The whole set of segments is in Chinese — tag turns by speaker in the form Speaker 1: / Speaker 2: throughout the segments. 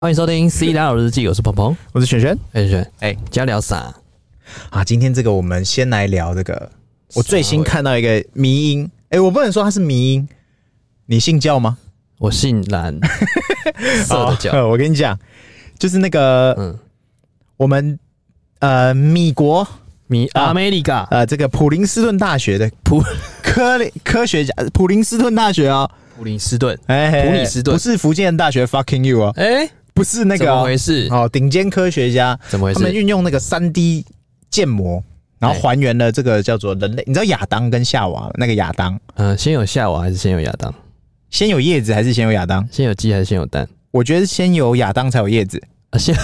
Speaker 1: 欢迎收听《C 大佬日记》，我是鹏鹏，
Speaker 2: 我是璇璇
Speaker 1: 哎轩，
Speaker 2: 哎
Speaker 1: 今天聊啥？
Speaker 2: 啊。今天这个我们先来聊这个，我最新
Speaker 1: 喂
Speaker 2: 看到一个迷音，哎、我不能说它是迷音，你信教吗？
Speaker 1: 我姓 蓝，色的脚，
Speaker 2: 哦 我跟你讲，就是那个、
Speaker 1: 嗯，
Speaker 2: 我们呃米国
Speaker 1: 米
Speaker 2: 啊
Speaker 1: America，
Speaker 2: 呃这个普林斯顿大学的
Speaker 1: 普
Speaker 2: 科科学家，普林斯顿大学啊、哦，
Speaker 1: 普林斯顿，
Speaker 2: 哎、嘿嘿
Speaker 1: 普里斯顿
Speaker 2: 不是福建大学 fucking you 哦，
Speaker 1: 哎，
Speaker 2: 不是那
Speaker 1: 怎
Speaker 2: 个
Speaker 1: 么
Speaker 2: 哦、
Speaker 1: 回事？
Speaker 2: 哦，顶尖科学家
Speaker 1: 怎么回
Speaker 2: 他们
Speaker 1: 事？
Speaker 2: 运用那个三 D 建模，然后
Speaker 1: 哎
Speaker 2: 还原了这个叫做人类。你知道亚当跟夏娃那个亚当，
Speaker 1: 嗯，先有夏娃还是先有亚当？
Speaker 2: 先有叶子还是先有亚当？
Speaker 1: 先有鸡还是先有蛋？
Speaker 2: 我觉得先有亚当才有叶子。
Speaker 1: 啊，先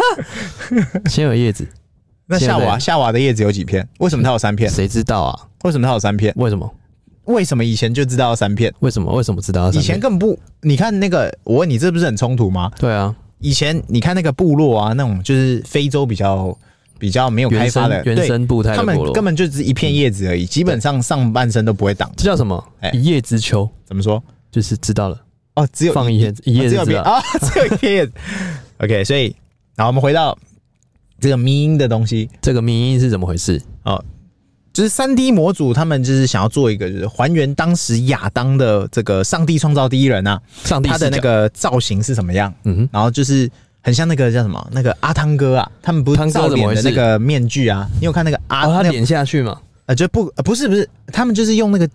Speaker 1: 先有 叶子，
Speaker 2: 那
Speaker 1: 先有
Speaker 2: 夏
Speaker 1: 人
Speaker 2: 娃，夏娃的叶子有几片？为什么它有三 片？
Speaker 1: 谁知道啊？
Speaker 2: 为什么它有三片？
Speaker 1: 为什么？
Speaker 2: 为什么以前就知道三片？
Speaker 1: 为什么？为什么知道要三
Speaker 2: 以
Speaker 1: 遍？
Speaker 2: 前根本不，你看那个，我问你，这不是很冲突吗？
Speaker 1: 对啊，
Speaker 2: 以前你看那个部落啊，那种就是非洲比较比较没有开
Speaker 1: 原
Speaker 2: 发的，
Speaker 1: 生原
Speaker 2: 对，
Speaker 1: 生步态
Speaker 2: 他
Speaker 1: 的
Speaker 2: 们
Speaker 1: 部落，
Speaker 2: 根本就只一片叶子而已，基本上上半身都不会挡。
Speaker 1: 这叫什么
Speaker 2: 哎？
Speaker 1: 一叶知秋，
Speaker 2: 怎么说？
Speaker 1: 就是知道了，
Speaker 2: 哦，只有
Speaker 1: 放一叶一叶
Speaker 2: 啊只
Speaker 1: 就
Speaker 2: 有
Speaker 1: 知
Speaker 2: 片
Speaker 1: 道。
Speaker 2: 啊， 只有一片叶子。OK，所以，然后我们回到这个迷音的东西
Speaker 1: 这个迷因是怎么回事？
Speaker 2: 哦，就是三 D 模组，他们就是想要做一个，就是还原当时亚当的这个上帝创造第一人啊，
Speaker 1: 上帝
Speaker 2: 他的
Speaker 1: 视
Speaker 2: 那
Speaker 1: 角，哦
Speaker 2: 个造型是什么样，
Speaker 1: 嗯哼。
Speaker 2: 然后就是。很像那个叫什么？那个阿汤哥啊，他们不
Speaker 1: 汤
Speaker 2: 是
Speaker 1: 哥
Speaker 2: 造
Speaker 1: 怎么
Speaker 2: 脸
Speaker 1: 回
Speaker 2: 的
Speaker 1: 事
Speaker 2: 那个面具啊？你有看那个阿、
Speaker 1: 哦，他
Speaker 2: 那个
Speaker 1: 点下去嘛，
Speaker 2: 呃，就不、呃不是不是，他们就是用那个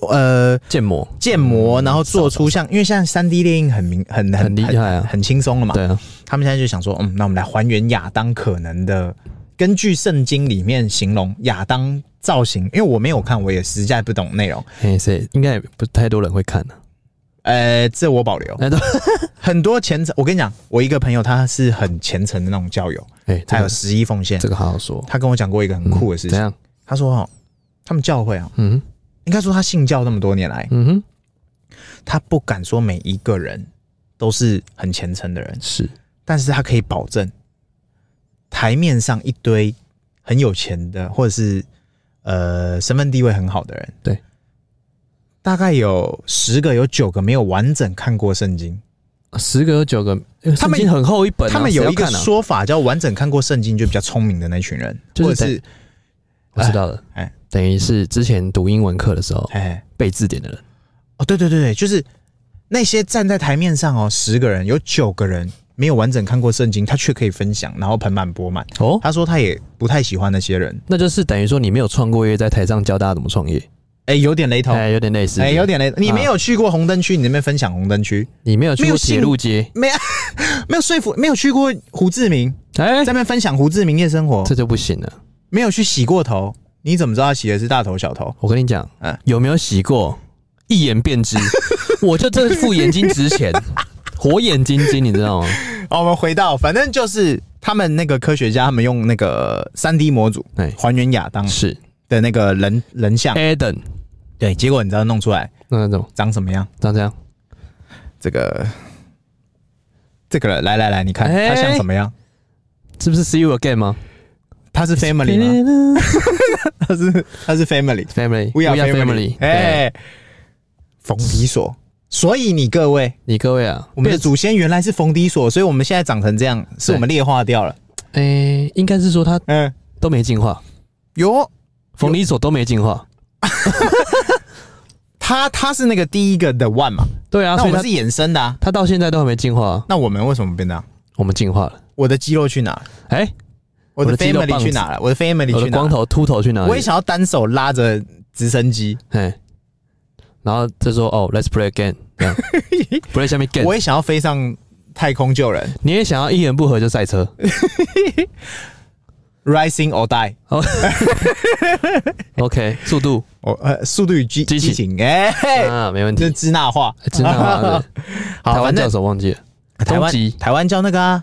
Speaker 2: 呃
Speaker 1: 建模，
Speaker 2: 建模，然后做出像，因为现在三 D 列印很明很很
Speaker 1: 嗯很厉害啊
Speaker 2: 很轻松了嘛。
Speaker 1: 对啊，
Speaker 2: 他们现在就想说，嗯，那我们来还原亚当可能的，根据圣经里面形容亚当造型，因为我没有看，我也实在不懂内容，
Speaker 1: 嘿，谁哎应该也不太多人会看的、啊，
Speaker 2: 呃，这我保留。
Speaker 1: 哎 都，
Speaker 2: 很多虔诚，我跟你讲，我一个朋友他是很虔诚的那种教友，
Speaker 1: 哎，这
Speaker 2: 他有
Speaker 1: 个
Speaker 2: 十一奉献，
Speaker 1: 这个好好说，嗯
Speaker 2: 他跟我讲过一个很酷的事
Speaker 1: 怎
Speaker 2: 情，
Speaker 1: 样？
Speaker 2: 他说哦，他们教会啊，
Speaker 1: 嗯
Speaker 2: 应该说他信教那么多年来，
Speaker 1: 嗯哼，
Speaker 2: 他不敢说每一个人都是很虔诚的人，
Speaker 1: 是
Speaker 2: 但是他可以保证，台面上一堆很有钱的，或者是呃身份地位很好的人，
Speaker 1: 对，
Speaker 2: 大概有十个有九个没有完整看过圣经。
Speaker 1: 十个有九个，呃
Speaker 2: 他们
Speaker 1: 圣经很厚一本啊、
Speaker 2: 他们有一个
Speaker 1: 谁要看啊，
Speaker 2: 说法叫完整看过圣经就比较聪明的那群人，
Speaker 1: 就是
Speaker 2: 或者是
Speaker 1: 我知道了，
Speaker 2: 哎哎
Speaker 1: 等于是之前读英文课的时候
Speaker 2: 哎
Speaker 1: 背字典的人，
Speaker 2: 哦对对对对，就是那些站在台面上哦，十个人有九个人没有完整看过圣经，他却可以分享，然后盆满钵满。
Speaker 1: 哦，
Speaker 2: 他说他也不太喜欢那些人，
Speaker 1: 那就是等于说你没有创过业，在台上教大家怎么创业，
Speaker 2: 哎、有点雷同。
Speaker 1: 哎，有点类似，
Speaker 2: 哎、有点雷。你
Speaker 1: 啊
Speaker 2: 没有去过红灯区，你那边分享红灯区，
Speaker 1: 你没有去
Speaker 2: 没
Speaker 1: 过
Speaker 2: 有
Speaker 1: 铁
Speaker 2: 信
Speaker 1: 路街，
Speaker 2: 没有没有说服，没有去过胡志明，
Speaker 1: 哎
Speaker 2: 在，那边分享胡志明夜生活
Speaker 1: 这，就不行了。
Speaker 2: 没有去洗过头，你怎么知道他洗的是大头小头？
Speaker 1: 我跟你讲，
Speaker 2: 嗯
Speaker 1: 有没有洗过，一眼便 知。我就这副眼睛值钱，火眼金睛，你知道吗？
Speaker 2: 好，哦我们回到，反正就是他们那个科学家，他们用那个三 D 模组
Speaker 1: 哎，
Speaker 2: 还原亚当
Speaker 1: 是
Speaker 2: 的那个人人像，
Speaker 1: Eden
Speaker 2: 对，结果你知道弄出来
Speaker 1: 那种
Speaker 2: 长什么样？
Speaker 1: 长这样，
Speaker 2: 这个这个人来来来，你看
Speaker 1: 哎
Speaker 2: 他像什么样？
Speaker 1: 是不是 See You Again 吗
Speaker 2: 他是 family 吗？
Speaker 1: ？Family，Family，We
Speaker 2: 他是他是 family。We are family，
Speaker 1: 哎，
Speaker 2: 哎、冯迪索。所以你各位，
Speaker 1: 你各位啊，
Speaker 2: 我们的
Speaker 1: 变
Speaker 2: 祖先原来是冯迪索，所以我们现在长成这样，是我们劣化掉了。
Speaker 1: 哎，应该是说他
Speaker 2: 嗯，
Speaker 1: 都没进化，
Speaker 2: 有
Speaker 1: 冯里索都没进化。
Speaker 2: 他他是那个第一个的 one 嘛，
Speaker 1: 对啊，
Speaker 2: 那
Speaker 1: 所
Speaker 2: 我
Speaker 1: 以
Speaker 2: 们
Speaker 1: 他
Speaker 2: 是衍生的啊。
Speaker 1: 他到现在都还没进化啊，
Speaker 2: 那我们为什么变这样？
Speaker 1: 我们进化了。
Speaker 2: 我的肌肉去哪？
Speaker 1: 哎，
Speaker 2: 我的
Speaker 1: 我的肌肉棒
Speaker 2: family
Speaker 1: 子
Speaker 2: 去哪了？我的 family
Speaker 1: 我
Speaker 2: 去
Speaker 1: 的
Speaker 2: 哪
Speaker 1: 光
Speaker 2: 了？
Speaker 1: 头秃头去哪
Speaker 2: 我也
Speaker 1: 里？
Speaker 2: 想要单手拉着直升机，
Speaker 1: 哎，然后就说哦，Let's play again，这 样 play 下面 game。
Speaker 2: 我也想要飞上太空救人
Speaker 1: 你也想要一言不合就赛车？
Speaker 2: ，Rising or Die。
Speaker 1: 哦，OK，速度
Speaker 2: 哦，呃，速度与激
Speaker 1: 激
Speaker 2: 激
Speaker 1: 情
Speaker 2: 情， 哎、
Speaker 1: 啊，没问
Speaker 2: 这
Speaker 1: 题。
Speaker 2: 支那话，
Speaker 1: 真的吗？
Speaker 2: 好
Speaker 1: 台湾
Speaker 2: 反正
Speaker 1: 叫什么忘记了？
Speaker 2: 啊台
Speaker 1: 终极
Speaker 2: 湾台湾叫那个啊，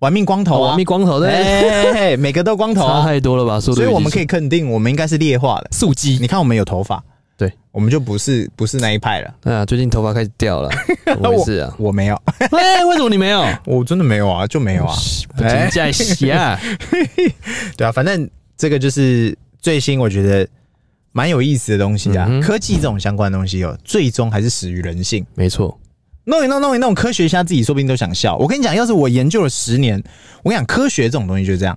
Speaker 2: 玩命光头
Speaker 1: 哦，
Speaker 2: 啊，
Speaker 1: 亡命光头对，
Speaker 2: 哎，每个都光头
Speaker 1: 差
Speaker 2: 啊，
Speaker 1: 太多了吧？速度与激
Speaker 2: 所
Speaker 1: 情，
Speaker 2: 以我们可以肯定，我们应该是劣化的。
Speaker 1: 速激。
Speaker 2: 你看，我们有头发，
Speaker 1: 对，
Speaker 2: 我们就不是不是那一派了。
Speaker 1: 哎呀，最近头发开始掉 了，怎么回事啊？
Speaker 2: 我没有，
Speaker 1: 哎，为什么你没有？
Speaker 2: 我真的没有啊，就没有啊。
Speaker 1: 不存在啊下，
Speaker 2: 哎
Speaker 1: 嗯
Speaker 2: 对啊，反正这个就是最新，我觉得蛮有意思的东西啊。
Speaker 1: 嗯哼
Speaker 2: 科技这种相关的东西哦，最终还是始于人性。
Speaker 1: 没错，
Speaker 2: 弄一弄弄一弄，科学家自己说不定都想笑。我跟你讲，要是我研究了十年，我跟你讲，科学这种东西就是这样，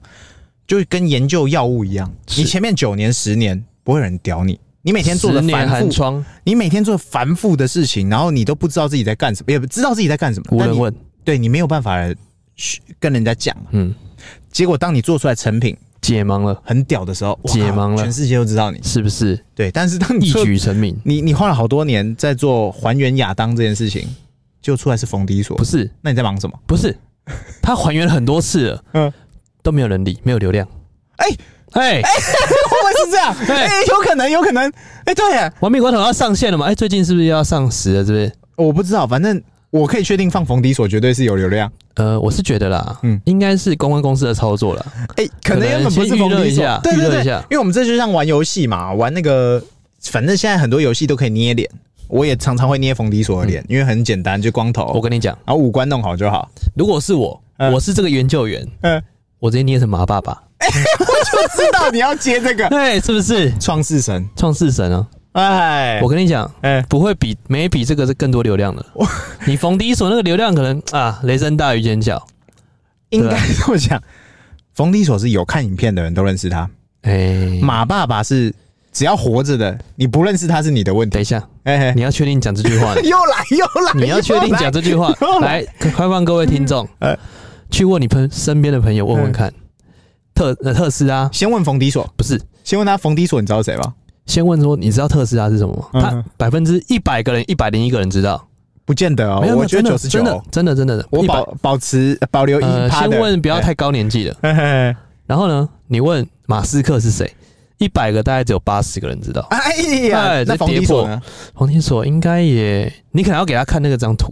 Speaker 2: 就跟研究药物一样，
Speaker 1: 是
Speaker 2: 你前面九年十年不会有人屌你，你每天做的
Speaker 1: 十年
Speaker 2: 繁
Speaker 1: 寒
Speaker 2: 复，
Speaker 1: 窗
Speaker 2: 你每天做繁复的事情，然后你都不知道自己在干什么，也不知道自己在干什么，
Speaker 1: 无
Speaker 2: 但
Speaker 1: 人
Speaker 2: 你
Speaker 1: 问，
Speaker 2: 对你没有办法嘘跟人家讲。
Speaker 1: 嗯，
Speaker 2: 结果当你做出来成品
Speaker 1: 解盲了，
Speaker 2: 很屌的时候，哇
Speaker 1: 解盲了
Speaker 2: 全世界都知道你。
Speaker 1: 是不是
Speaker 2: 对，但是当你
Speaker 1: 一
Speaker 2: 做
Speaker 1: 举成名？
Speaker 2: 你你花了好多年在做还原亚当这件事情，就出来是冯迪所
Speaker 1: 不。是，
Speaker 2: 那你在忙什么？
Speaker 1: 不是，他还原了很多次了，
Speaker 2: 嗯
Speaker 1: 嗯，都没有人理，没有流量。
Speaker 2: 哎
Speaker 1: 哎，
Speaker 2: 会不会是这 样？
Speaker 1: 对
Speaker 2: 哎、有可能，有可能。哎、对耶，
Speaker 1: 亡命关头要上线了吗？哎，最近是不是又要上十了？是不是？
Speaker 2: 我不知道，反正我可以确定放冯迪所绝对是有流量。
Speaker 1: 呃，我是觉得啦，
Speaker 2: 嗯
Speaker 1: 嗯，应该是公关公司的操作了。
Speaker 2: 哎、
Speaker 1: 可
Speaker 2: 可能
Speaker 1: 能
Speaker 2: 原本不是
Speaker 1: 先
Speaker 2: 冯
Speaker 1: 预热
Speaker 2: 迪
Speaker 1: 一
Speaker 2: 所
Speaker 1: 下，
Speaker 2: 对对
Speaker 1: 预热
Speaker 2: 对
Speaker 1: 一下，
Speaker 2: 因为我们这就像玩游戏嘛，玩那个，反正现在很多游戏都可以捏脸，我也常常会捏冯迪所的脸，因为很简单，就光头，
Speaker 1: 嗯我跟你讲，
Speaker 2: 然后五官弄好就好。
Speaker 1: 如果是我，
Speaker 2: 哦嗯
Speaker 1: 我是这个研究员，
Speaker 2: 嗯，
Speaker 1: 我直接捏成马爸爸，
Speaker 2: 就知道你要接这 个
Speaker 1: 对，是不是？
Speaker 2: 创世神，
Speaker 1: 创世神啊！
Speaker 2: 哎，
Speaker 1: 我跟你讲，
Speaker 2: 哎、
Speaker 1: 不会比没比这个是更多流 量的。你逢低所那个流量可能啊，雷声大雨点小。
Speaker 2: 应该这么讲，冯迪所是有看影片的人都认识他，
Speaker 1: 哎、
Speaker 2: 马爸爸是只要活着的，你不认识他是你的问题
Speaker 1: 等。一下，
Speaker 2: 哎、嘿，
Speaker 1: 你要确定讲这句话
Speaker 2: 又来又来，
Speaker 1: 你要确定讲这 句话
Speaker 2: 又。来
Speaker 1: 来，开放各位听众
Speaker 2: 哎，嗯
Speaker 1: 去问你朋身边的朋友，问问看。特呃特斯拉
Speaker 2: 先问冯迪所，
Speaker 1: 不是
Speaker 2: 先问他冯迪所，你知道谁吗？
Speaker 1: 先问说，你知道特斯拉是什么吗？
Speaker 2: 嗯
Speaker 1: 他百分之一百个人，一百零一个人知道。
Speaker 2: 不见得哦
Speaker 1: 没，有，
Speaker 2: 我觉得
Speaker 1: 真
Speaker 2: 九
Speaker 1: 的
Speaker 2: 十九
Speaker 1: 真，的真的真的，
Speaker 2: 我
Speaker 1: 100
Speaker 2: 保保持保留一
Speaker 1: 呃，
Speaker 2: 趴
Speaker 1: 先
Speaker 2: 的。
Speaker 1: 问不要太高年纪的。
Speaker 2: 嘿。嘿嘿
Speaker 1: 然后呢，你问马斯克是谁，一百个大概只有八十个人知道。
Speaker 2: 哎呀
Speaker 1: 哎，
Speaker 2: 那
Speaker 1: 这
Speaker 2: 冯迪所呢？
Speaker 1: 冯迪所应该也，你可能要给他看那个张图，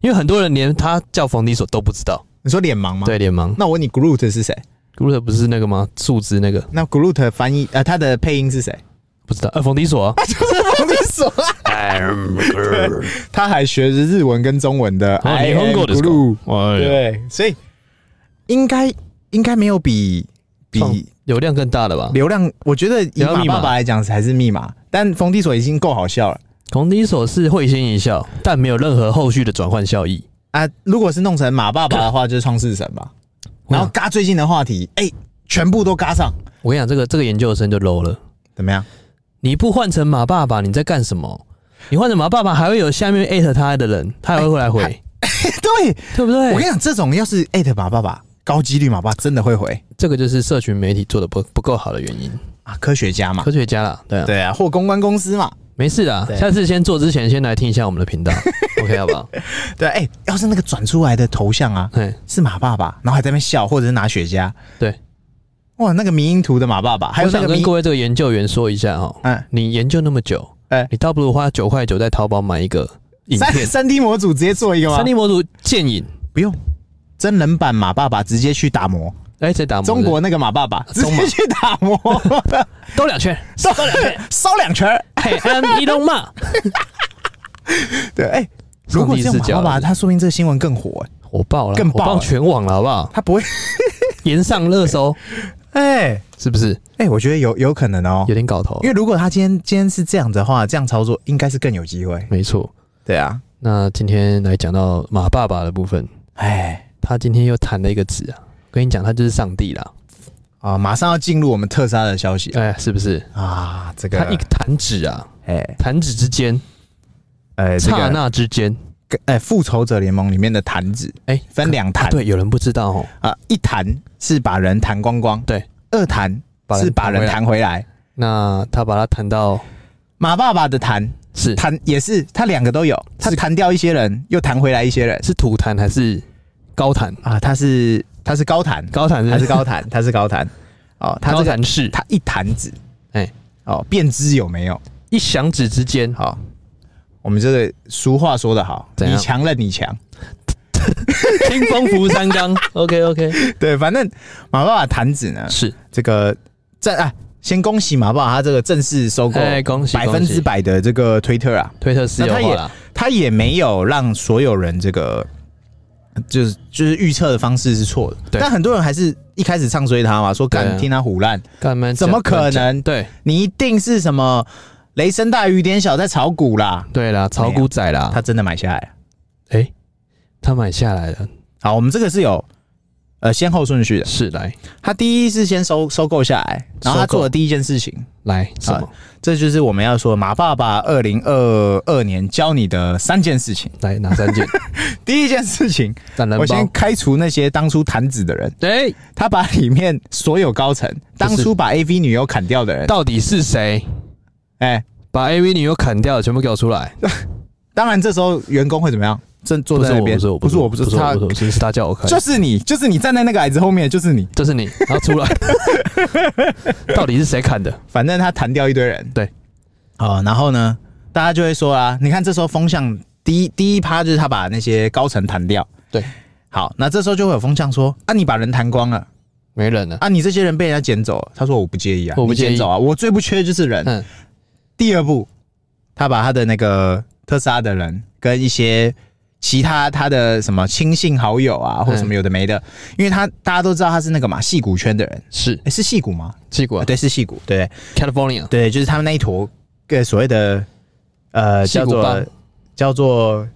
Speaker 1: 因为很多人连他叫冯迪所都不知道。
Speaker 2: 你说脸盲吗？。
Speaker 1: 对，脸盲。
Speaker 2: 那我问你，Groot 是谁？
Speaker 1: Groot 不是那个吗？树枝那个
Speaker 2: 那 Groot 翻译呃，他的配音是谁？
Speaker 1: 不知道。呃，冯迪所啊、
Speaker 2: 就是冯迪所啊。他还学着日文跟中文的。
Speaker 1: 哦
Speaker 2: I
Speaker 1: 日本
Speaker 2: am
Speaker 1: 語ですか
Speaker 2: Groot。
Speaker 1: 哎呀，
Speaker 2: 哎对，所以应该应该没有比
Speaker 1: 创
Speaker 2: 比
Speaker 1: 流量更大的吧？
Speaker 2: 流量，我觉得以
Speaker 1: 流量
Speaker 2: 马
Speaker 1: 密码
Speaker 2: 爸爸来讲还是密码，但冯迪所已经够好笑了
Speaker 1: 冯迪所是会心一笑，但没有任何后续的转换效益。
Speaker 2: 啊！如果是弄成马爸爸的话，就是创世神吧。
Speaker 1: 我
Speaker 2: 然
Speaker 1: 想
Speaker 2: 后嘎最近的话题，哎、全部都嘎上，
Speaker 1: 我跟你讲，这个这个研究生就 low 了。
Speaker 2: 怎么样？
Speaker 1: 你不换成马爸爸，你在干什么？你换成马爸爸，还会有下面艾特他的人，他还会回来回，
Speaker 2: 哎对
Speaker 1: 对不
Speaker 2: 我跟你
Speaker 1: 对？
Speaker 2: 讲，这种要是艾特马爸爸，高几率马爸爸真的会回
Speaker 1: 这个就是社群媒体做的不不够好的原因。
Speaker 2: 啊，科学家嘛
Speaker 1: 科，学家啦，对啊，
Speaker 2: 对啊，或公关公司嘛，
Speaker 1: 没事啦
Speaker 2: 对，
Speaker 1: 下次先做之前，先来听一下我们的频道，OK 好不 好？
Speaker 2: 对啊，哎、要是那个转出来的头像啊
Speaker 1: 嘿，
Speaker 2: 是马爸爸，然后还在那边笑，或者是拿雪茄，
Speaker 1: 对，
Speaker 2: 哇，那个迷因图的马爸爸，还有
Speaker 1: 我
Speaker 2: 那
Speaker 1: 想
Speaker 2: 个迷
Speaker 1: 跟各，位这个研究员说一下哈，
Speaker 2: 嗯，
Speaker 1: 你研究那么久，
Speaker 2: 哎
Speaker 1: 你倒不如花九块九在淘宝买一个影
Speaker 2: 三
Speaker 1: 片，
Speaker 2: 三 D 模组直接做一个吗？
Speaker 1: 三 D 模组剑影，
Speaker 2: 不用，真人版马爸爸直接去打磨，
Speaker 1: 哎，在打磨
Speaker 2: 中国那个马爸爸直
Speaker 1: 中马
Speaker 2: 接去打磨，
Speaker 1: 兜两 圈，
Speaker 2: 烧烧两圈儿。
Speaker 1: 嘿，I'm Elon Musk，
Speaker 2: 对，哎、
Speaker 1: 上帝
Speaker 2: 如果这样
Speaker 1: 视
Speaker 2: 马
Speaker 1: 角
Speaker 2: 爸爸，
Speaker 1: 是不是
Speaker 2: 他说明这个新闻更火、哎
Speaker 1: 火爆了，
Speaker 2: 更
Speaker 1: 火
Speaker 2: 爆
Speaker 1: 爆
Speaker 2: 了
Speaker 1: 全网了，好不 好？
Speaker 2: 他不会，
Speaker 1: 延上热搜，
Speaker 2: 哎、
Speaker 1: 是不是
Speaker 2: 哎、我觉得有有可能哦、
Speaker 1: 有点搞头
Speaker 2: 因？为如果他今天今天是这样子的话，这样操作应该是更有机会。
Speaker 1: 没错。
Speaker 2: 对啊，
Speaker 1: 那今天来讲到马爸爸的部分，
Speaker 2: 哎
Speaker 1: 他今天又谈了一个词啊，跟你讲，他就是上帝啦，
Speaker 2: 啊，马上要进入我们特斯拉的消息
Speaker 1: 哎，是不是？
Speaker 2: 啊，这个
Speaker 1: 他一弹指啊，
Speaker 2: 哎
Speaker 1: 弹指之间，
Speaker 2: 哎这
Speaker 1: 刹
Speaker 2: 个
Speaker 1: 那之间，
Speaker 2: 哎复仇者联盟里面的弹指
Speaker 1: 哎、
Speaker 2: 分两弹
Speaker 1: 啊，对，有人不知道哦，
Speaker 2: 啊，一弹是把人弹光光，
Speaker 1: 对，
Speaker 2: 二弹
Speaker 1: 把人
Speaker 2: 是把人弹回来。
Speaker 1: 那他把它弹到
Speaker 2: 马爸爸的弹
Speaker 1: 是
Speaker 2: 弹也是，他两个都有，他
Speaker 1: 是
Speaker 2: 弹掉一些人，又弹回来一些人
Speaker 1: 是土弹还是高弹？
Speaker 2: 啊。他是他是高弹，
Speaker 1: 高弹
Speaker 2: 他是
Speaker 1: 是
Speaker 2: 高弹，他是高弹哦。他
Speaker 1: 高
Speaker 2: 这个
Speaker 1: 弹是
Speaker 2: 他一弹指，
Speaker 1: 哎
Speaker 2: 哦，变知有没有？
Speaker 1: 一响指之间，
Speaker 2: 好，我们这个俗话说得好，
Speaker 1: 怎
Speaker 2: 你
Speaker 1: 样
Speaker 2: 强了你强。
Speaker 1: 清风拂山岗。OK OK，
Speaker 2: 对，反正马爸爸弹指呢，
Speaker 1: 是
Speaker 2: 这个正啊，先恭喜马爸爸他这个正式收购，
Speaker 1: 哎恭喜
Speaker 2: 百分
Speaker 1: 恭
Speaker 2: 之
Speaker 1: 喜
Speaker 2: 百的这个推特啊，
Speaker 1: 推特私有
Speaker 2: 那他
Speaker 1: 化
Speaker 2: 也
Speaker 1: 啦，
Speaker 2: 他也没有让所有人这个。就是就是预测的方式是错的，
Speaker 1: 对
Speaker 2: 但很多人还是一开始唱衰他嘛，说
Speaker 1: 对
Speaker 2: 敢
Speaker 1: 啊
Speaker 2: 听他胡乱，
Speaker 1: 干嘛？
Speaker 2: 怎么可能
Speaker 1: 对
Speaker 2: 你一定是什么雷声大雨点小在炒股啦。
Speaker 1: 对啦，炒股仔啦，
Speaker 2: 他真的买下来了，
Speaker 1: 哎、他买下来了，
Speaker 2: 好，我们这个是有呃先后顺序的。
Speaker 1: 是来
Speaker 2: 他第一是先收收购下来，然后他
Speaker 1: 收购
Speaker 2: 做的第一件事情，
Speaker 1: 来什么？
Speaker 2: 这就是我们要说马爸爸二零二二年教你的三件事情。
Speaker 1: 来哪 三件？
Speaker 2: 第一件事情，
Speaker 1: 斩人
Speaker 2: 我
Speaker 1: 包
Speaker 2: 先。开除那些当初弹指的人，
Speaker 1: 哎、
Speaker 2: 他把里面所有高层当初把 AV 女优砍掉的人，
Speaker 1: 到底是谁
Speaker 2: 哎、
Speaker 1: 把 AV 女优砍掉？全部给我出来！
Speaker 2: 当然这时候员工会怎么样？正坐
Speaker 1: 不
Speaker 2: 在
Speaker 1: 是
Speaker 2: 那
Speaker 1: 我，
Speaker 2: 边，
Speaker 1: 不是我，
Speaker 2: 不是我，不是
Speaker 1: 不是
Speaker 2: 他
Speaker 1: 我，，不是我是他叫我看，
Speaker 2: 就是你，就是你站在那个矮子后面，就是你。
Speaker 1: 就是你，他 出来，到底是谁砍的？
Speaker 2: 反正他弹掉一堆人，
Speaker 1: 对，
Speaker 2: 哦，然后呢，大家就会说啊，你看这时候风向第一第一趴就是他把那些高层弹掉，
Speaker 1: 对，
Speaker 2: 好，那这时候就会有风向说啊，你把人弹光了
Speaker 1: 没人了。
Speaker 2: 啊，你这些人被人家捡走了。他说我不介意啊，
Speaker 1: 我不
Speaker 2: 你捡
Speaker 1: 介意
Speaker 2: 走啊，我最不缺的就是人。
Speaker 1: 嗯，
Speaker 2: 第二步，他把他的那个特斯拉的人跟一些其他他的什么亲信好友啊，或者什么有的没的，因为他大家都知道他是那个嘛戏骨圈的人，
Speaker 1: 是
Speaker 2: 诶是戏骨吗？
Speaker 1: 结果
Speaker 2: 啊对，是戏骨，对
Speaker 1: California
Speaker 2: 对，就是他们那一坨个所谓的呃
Speaker 1: 矽
Speaker 2: 叫
Speaker 1: 谷帮
Speaker 2: 做叫做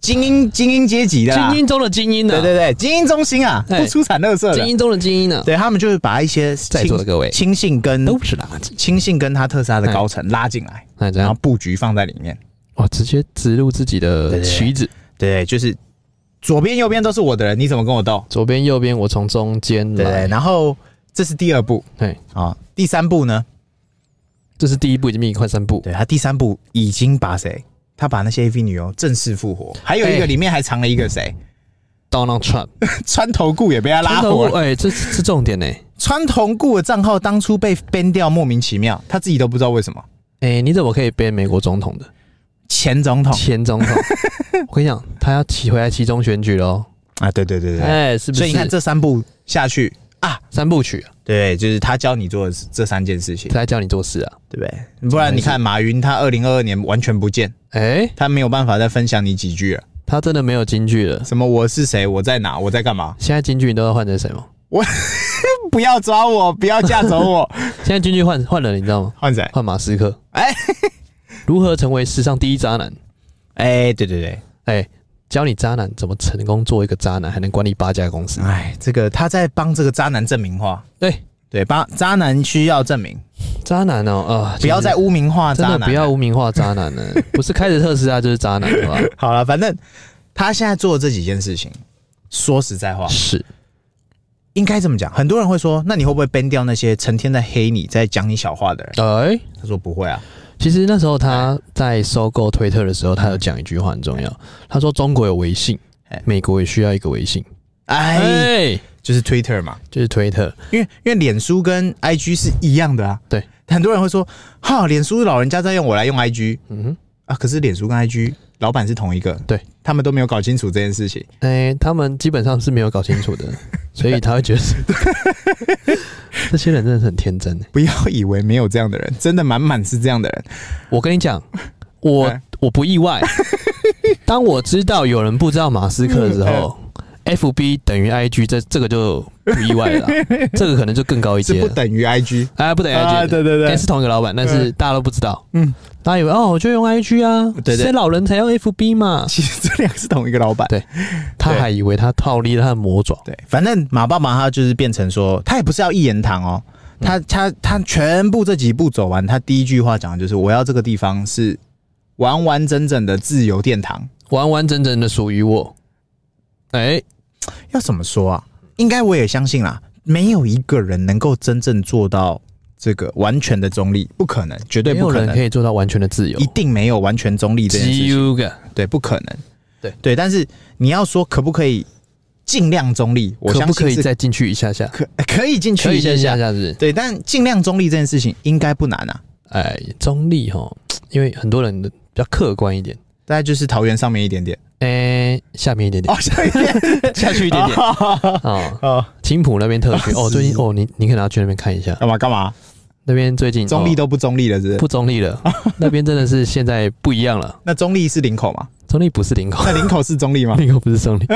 Speaker 2: 精英精英阶级的啦
Speaker 1: 精英中的精英呢、
Speaker 2: 对对对，精英中心啊，
Speaker 1: 哎
Speaker 2: 不出产垃圾
Speaker 1: 精
Speaker 2: 的。
Speaker 1: 英中的精英呢、
Speaker 2: 对他们就是把一些
Speaker 1: 在座的各位哦
Speaker 2: 亲信跟
Speaker 1: 都是垃圾。
Speaker 2: 亲信跟他特斯拉的高层拉进来，
Speaker 1: 那怎
Speaker 2: 然后
Speaker 1: 样？
Speaker 2: 布局放在里面。
Speaker 1: 哇，哦直接植入自己
Speaker 2: 对
Speaker 1: 的
Speaker 2: 对对
Speaker 1: 旗子，
Speaker 2: 对，就是左边右边都是我的人，你怎么跟我斗？
Speaker 1: 左边右边，我从中间
Speaker 2: 对
Speaker 1: 来。
Speaker 2: 然后这是第二步
Speaker 1: 对，
Speaker 2: 啊，第三步呢？
Speaker 1: 这是第一步，已经比你快三步。
Speaker 2: 对他第三步已经把谁？他把那些 AV 女优正式复活，还有一个
Speaker 1: 哎
Speaker 2: 里面还藏了一个谁？
Speaker 1: Donald Trump
Speaker 2: 川头顾也被他拉
Speaker 1: 真的
Speaker 2: 火
Speaker 1: 我
Speaker 2: 了。
Speaker 1: 哎、这是这重点呢、
Speaker 2: 川头顾的账号当初被 ban 掉，莫名其妙，他自己都不知道为什么。
Speaker 1: 哎、你怎么可以编美国总统的
Speaker 2: 前总统
Speaker 1: 前总 统？我跟你讲，他要起回来其中选举喽。
Speaker 2: 啊，对对对对，
Speaker 1: 哎、是不是？
Speaker 2: 所以你看这三步下去啊，
Speaker 1: 三部曲、啊，
Speaker 2: 对，就是他教你做的这三件事情
Speaker 1: 他，在教你做事啊。
Speaker 2: 对不对？不然你看马云，他二零二二年完全不见，
Speaker 1: 哎、
Speaker 2: 他没有办法再分享你几句了。
Speaker 1: 他真的没有京剧了。
Speaker 2: 什么我是谁，我在哪，我在干嘛？
Speaker 1: 现在京剧你都要换成谁吗？
Speaker 2: 不要抓我，不要架 走我，
Speaker 1: 现在京剧换换了，你知道吗？
Speaker 2: 换谁？
Speaker 1: 换马斯克。
Speaker 2: 哎
Speaker 1: 哎、如何成为史上第一渣男？
Speaker 2: 哎，对对对，
Speaker 1: 哎、教你渣男怎么成功做一个渣男，还能管理八家公司。
Speaker 2: 哎，这个他在帮这个渣男证明化，
Speaker 1: 对，
Speaker 2: 对，帮渣男需要证明，
Speaker 1: 渣男哦，啊、
Speaker 2: 不要
Speaker 1: 其实
Speaker 2: 再污名化
Speaker 1: 真
Speaker 2: 渣
Speaker 1: 的
Speaker 2: 男，
Speaker 1: 不要。污名化渣男了， 不是开着特斯拉就是渣男，好吧？
Speaker 2: 好了，反正他现在做的这几件事情，说实在话，
Speaker 1: 是，
Speaker 2: 应该这么讲。很多人会说，那你会不会 ban 掉那些成天在黑你、在讲你小话的人？
Speaker 1: 哎、
Speaker 2: 他说不会啊，
Speaker 1: 其实那时候他在收购推特的时候，他有讲一句话很重要，他说中国有微信
Speaker 2: 哎，
Speaker 1: 美国也需要一个微信，哎、
Speaker 2: 哎，就是 Twitter 嘛，
Speaker 1: 就是推特，
Speaker 2: 因为因为脸书跟 IG 是一样的啊。
Speaker 1: 对，
Speaker 2: 很多人会说，哈，脸书老人家在用，我来用 IG
Speaker 1: 嗯哼，
Speaker 2: 啊。可是脸书跟 IG 老板是同一个，
Speaker 1: 对
Speaker 2: 他们都没有搞清楚这件事情。
Speaker 1: 哎、他们基本上是没有搞清楚的，所以他会觉 得这些人真的是很天真。
Speaker 2: 不要以为没有这样的人，真的满满是这样的人。
Speaker 1: 我跟你讲，我
Speaker 2: 哎
Speaker 1: 我不意 外，当我知道有人不知道马斯克的时候。F
Speaker 2: 嗯哎
Speaker 1: B 等于 I G，这这个就不意外了 啦，这个可能就更高一
Speaker 2: 是
Speaker 1: 阶
Speaker 2: 不
Speaker 1: 了。
Speaker 2: 等于 IG。
Speaker 1: 哎，不等于 I G，、
Speaker 2: 啊，对对
Speaker 1: 哎、
Speaker 2: 对，
Speaker 1: 是同一个老板，但是大家都不知道。
Speaker 2: 嗯
Speaker 1: 嗯，大家以为哦，我就用 IG 啊，
Speaker 2: 对对
Speaker 1: 谁老人才用 FB 嘛？
Speaker 2: 其实这两个是同一个老板。
Speaker 1: 对他还以为他套利了他的魔爪。
Speaker 2: 对，反正马爸爸他就是变成说，他也不是要一言堂哦，
Speaker 1: 嗯
Speaker 2: 他他他全部这几步走完，他第一句话讲的就是我要这个地方是完完整整的自由殿堂。
Speaker 1: 完完整整的属于我。哎、
Speaker 2: 要怎么说啊？应该我也相信啦，没有一个人能够真正做到这个完全的中立，不可能，绝对
Speaker 1: 没
Speaker 2: 不
Speaker 1: 有
Speaker 2: 可
Speaker 1: 人可
Speaker 2: 能，
Speaker 1: 以做到完全的自由
Speaker 2: 一。定没有完全中立这件事
Speaker 1: 只
Speaker 2: 情，
Speaker 1: 有个
Speaker 2: 对，不可能，
Speaker 1: 对
Speaker 2: 对。但是你要说可不可以尽量中立，我
Speaker 1: 可
Speaker 2: 相
Speaker 1: 不可
Speaker 2: 信
Speaker 1: 以
Speaker 2: 是
Speaker 1: 再进去一下下？
Speaker 2: 可可以进
Speaker 1: 可
Speaker 2: 去
Speaker 1: 以
Speaker 2: 一
Speaker 1: 进去一
Speaker 2: 下
Speaker 1: 下
Speaker 2: 下，
Speaker 1: 下是不是？
Speaker 2: 对，但尽量中立这件事情应该不难啊。
Speaker 1: 哎，中立哈，因为很多人比较客观一点。
Speaker 2: 大概就是桃园上面一点点，
Speaker 1: 哎、下面一点点，
Speaker 2: 哦， 下一点，
Speaker 1: 下去一点 点
Speaker 2: 哦，
Speaker 1: 啊。
Speaker 2: 哦
Speaker 1: 青浦那边特 区
Speaker 2: 啊
Speaker 1: 哦，
Speaker 2: 是
Speaker 1: 最近哦，你你可能要去那边看一下，
Speaker 2: 干嘛干嘛？
Speaker 1: 那边最近
Speaker 2: 中立
Speaker 1: 都、
Speaker 2: 都不中立了，是不是？
Speaker 1: 不中立 了，那边真的是现在不一样了。
Speaker 2: 那中立是领口吗？
Speaker 1: 中立不是 领口，
Speaker 2: 那领口是中立吗？
Speaker 1: 领口不是中立，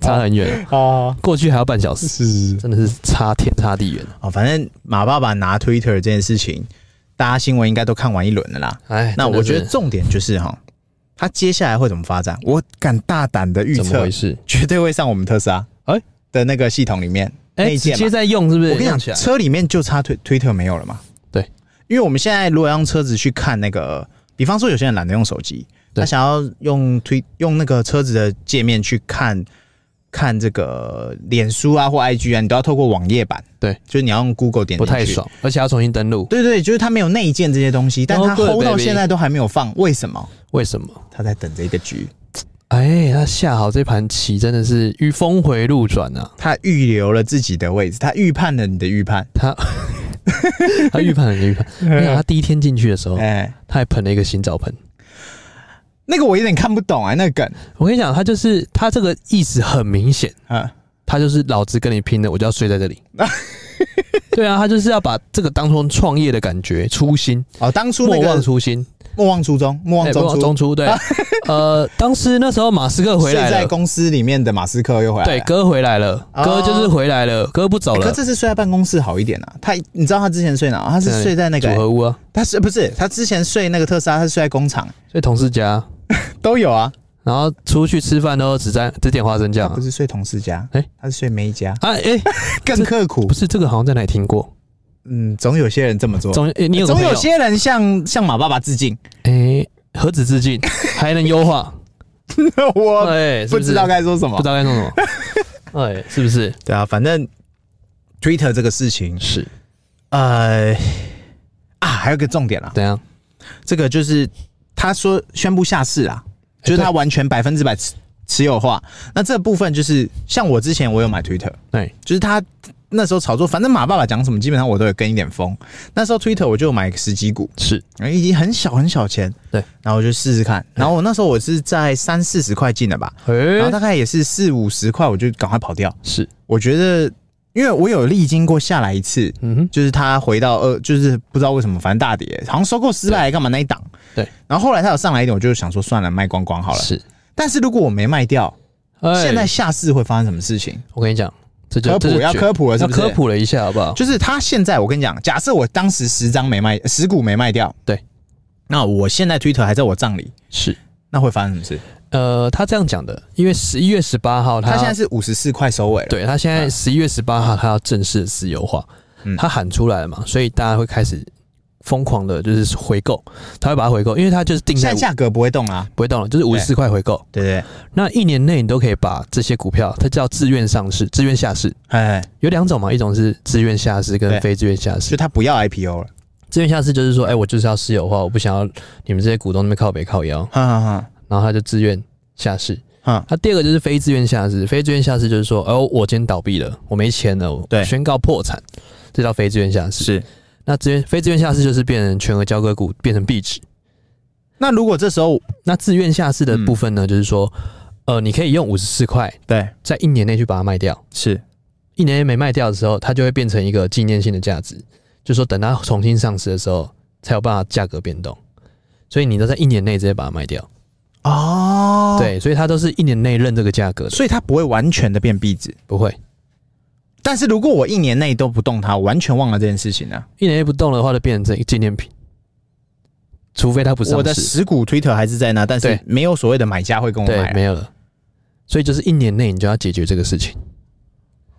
Speaker 1: 差很远，
Speaker 2: 哦，
Speaker 1: 过去还要半小时，
Speaker 2: 是是是，
Speaker 1: 真的是差天差地远。啊
Speaker 2: 哦，反正马爸爸拿 Twitter 这件事情，大家新闻应该都看完一轮了啦。
Speaker 1: 哎，
Speaker 2: 那
Speaker 1: 真的
Speaker 2: 我觉得
Speaker 1: 是
Speaker 2: 重点就是哈，它接下来会怎么发展？我敢大胆的预
Speaker 1: 怎么
Speaker 2: 测
Speaker 1: 回，事？
Speaker 2: 绝对会上我们特斯拉
Speaker 1: 哎
Speaker 2: 的那个系统里面。
Speaker 1: 哎、
Speaker 2: 内
Speaker 1: 直
Speaker 2: 建嘛
Speaker 1: 接在用是不是？
Speaker 2: 我跟你
Speaker 1: 用
Speaker 2: 讲
Speaker 1: 起，来
Speaker 2: 车里面就差推推特没有了嘛。
Speaker 1: 对，
Speaker 2: 因为我们现在如果用车子去看那个，比方说有些人懒得用手机，
Speaker 1: 对
Speaker 2: 他想要用推用那个车子的界面去看看这个脸书啊或 IG 啊，你都要透过网页版。
Speaker 1: 对，
Speaker 2: 就是你要用 Google 点
Speaker 1: 不
Speaker 2: 进去
Speaker 1: 太。爽，而且要重新登录，
Speaker 2: 对对，就是它没有内建这些东西，但它
Speaker 1: Oh, good,
Speaker 2: 轰到
Speaker 1: baby
Speaker 2: 现在都还没有放，为什么？
Speaker 1: 为什么？
Speaker 2: 他在等这个局，
Speaker 1: 哎，他下好这盘棋真的是遇峰回路转啊！
Speaker 2: 他预留了自己的位置，他预判了你的预判。
Speaker 1: 他 他预判了预 判，没有他第一天进去的时候，
Speaker 2: 啊哎，
Speaker 1: 他还喷了一个新澡盆。
Speaker 2: 那个我有点看不懂啊，那个梗，
Speaker 1: 我跟你讲，他就是他这个意思很明显，
Speaker 2: 嗯，
Speaker 1: 他就是老子跟你拼了，我就要睡在这 里。对啊，他就是要把这个当成创业的感觉、初心、
Speaker 2: 哦，当初
Speaker 1: 莫
Speaker 2: 那
Speaker 1: 忘
Speaker 2: 个
Speaker 1: 初心、
Speaker 2: 莫忘初衷，莫忘
Speaker 1: 哎
Speaker 2: 中
Speaker 1: 莫
Speaker 2: 初，
Speaker 1: 中 初对。呃，当时那时候马斯克回来
Speaker 2: 睡在
Speaker 1: 了，
Speaker 2: 公司里面的马斯克又回来
Speaker 1: 对，
Speaker 2: 了。
Speaker 1: 哥回来了，
Speaker 2: 哦
Speaker 1: 哥就是回来了，哥不走
Speaker 2: 欸可
Speaker 1: 了。
Speaker 2: 这次睡在办公室好一点啊。他，你知道他之前睡哪？他
Speaker 1: 在
Speaker 2: 是睡在那个、
Speaker 1: 组合屋啊，
Speaker 2: 他是不是他之前睡那个特斯拉？他是睡在工厂，
Speaker 1: 所以同事家，
Speaker 2: 都有啊。
Speaker 1: 然后出去吃饭都只沾只点花生酱啊。
Speaker 2: 不是睡同事家，
Speaker 1: 欸
Speaker 2: 他是睡妹家，
Speaker 1: 啊，哎、
Speaker 2: 更刻苦
Speaker 1: 不。是这个好像在哪里听过？
Speaker 2: 嗯，总有些人这么做，
Speaker 1: 总、哎你有个
Speaker 2: 总
Speaker 1: 朋友
Speaker 2: 有些人向向马爸爸致敬。
Speaker 1: 哎、何止致敬，还能优化？
Speaker 2: 我
Speaker 1: 哎、是
Speaker 2: 不
Speaker 1: 是
Speaker 2: 知道该说
Speaker 1: 不
Speaker 2: 什么
Speaker 1: 知。道该弄什 么。哎、是不是？
Speaker 2: 对啊，反正 Twitter 这个事情，
Speaker 1: 是
Speaker 2: 呃，啊，还有一个重点啊，
Speaker 1: 怎样？
Speaker 2: 这个就是他说宣布下市啊，
Speaker 1: 哎
Speaker 2: 就是他完全百分之百持持有化。那这部分就是像我之前我有买 Twitter，
Speaker 1: 对，
Speaker 2: 就是他那时候炒作，反正马爸爸讲什么，基本上我都有跟一点风。那时候 Twitter 我就有买十几股，
Speaker 1: 是
Speaker 2: 已经很小很小钱，
Speaker 1: 对，
Speaker 2: 然后我就试试看。然后我那时候我是在三四十块进的吧，
Speaker 1: 哎、
Speaker 2: 然后大概也是四五十块，我就赶快跑掉。
Speaker 1: 是，
Speaker 2: 我觉得，因为我有历经过下来一次，
Speaker 1: 嗯哼，
Speaker 2: 就是他回到二，就是不知道为什么，反正大跌，好像收购失败干嘛那一档。
Speaker 1: 对，
Speaker 2: 然后后来他有上来一点，我就想说算了，卖光光好了。
Speaker 1: 是。
Speaker 2: 但是如果我没卖掉，
Speaker 1: 哎
Speaker 2: 现在下市会发生什么事情？
Speaker 1: 我跟你讲，这就
Speaker 2: 科
Speaker 1: 这
Speaker 2: 普
Speaker 1: 就
Speaker 2: 要
Speaker 1: 绝
Speaker 2: 科普了，是
Speaker 1: 要
Speaker 2: 不是？
Speaker 1: 科，普了一下好不好？
Speaker 2: 就是他现在我跟你讲，假设我当时十张没卖，十股没卖掉，
Speaker 1: 对，
Speaker 2: 那我现在 Twitter 还在我账里，
Speaker 1: 是，
Speaker 2: 那会发生什么事？
Speaker 1: 呃，他这样讲的，因为十一月十八号他，
Speaker 2: 他现在是嗯五十四块收尾了，，
Speaker 1: 对他现在十一月十八号，他要正式私有化，
Speaker 2: 嗯
Speaker 1: 他喊出来了嘛，所以大家会开始疯狂的，就是回购，他会把它回购，因为他就是定
Speaker 2: 现
Speaker 1: 在
Speaker 2: 在价格不会动啊，
Speaker 1: 不会动了，就是五十四块回购，
Speaker 2: 对不对？
Speaker 1: 那一年内你都可以把这些股票，它叫自愿上市、自愿下市，
Speaker 2: 哎，
Speaker 1: 有两种嘛，一种是自愿下市
Speaker 2: 对
Speaker 1: 跟非自愿下
Speaker 2: 就
Speaker 1: 市，
Speaker 2: 他不要 IPO 了，
Speaker 1: 自愿下市就是说，哎、我就是要私有化，我不想要你们这些股东那边靠北靠腰，
Speaker 2: 哈哈
Speaker 1: 然后他就自愿下市。
Speaker 2: 哈，
Speaker 1: 那第二个就是非自愿下市，非自愿下市就是说，哦，我今天倒闭了，我没钱了，我
Speaker 2: 对
Speaker 1: 宣告破产，这叫非自愿下市。
Speaker 2: 是。
Speaker 1: 那自愿非自愿下市就是变成全额交割股，变成壁纸。
Speaker 2: 那如果这时候
Speaker 1: 那自愿下市的
Speaker 2: 嗯
Speaker 1: 部分呢，就是说，呃，你可以用五十四块
Speaker 2: 对
Speaker 1: 在一年内去把它卖掉，
Speaker 2: 是
Speaker 1: 一年内没卖掉的时候，它就会变成一个纪念性的价值，就是说等它重新上市的时候，才有办法价格变动。所以你都在一年内直接把它卖掉，
Speaker 2: 哦，，
Speaker 1: 对，所以它都是一年内认这个价格的，
Speaker 2: 所以它不会完全的变壁纸。
Speaker 1: 不会
Speaker 2: 但是如果我一年内都不动它，我完全忘了这件事情啊呢、
Speaker 1: 一年内不动的话，就变成这纪念品，除非它不上
Speaker 2: 我的
Speaker 1: 市，
Speaker 2: 十股 Twitter 还是在那，但是
Speaker 1: 对
Speaker 2: 没有所谓的买家会跟我买
Speaker 1: 对，
Speaker 2: 啊、
Speaker 1: 没有了。所以就是一年内你就要解决这个事情。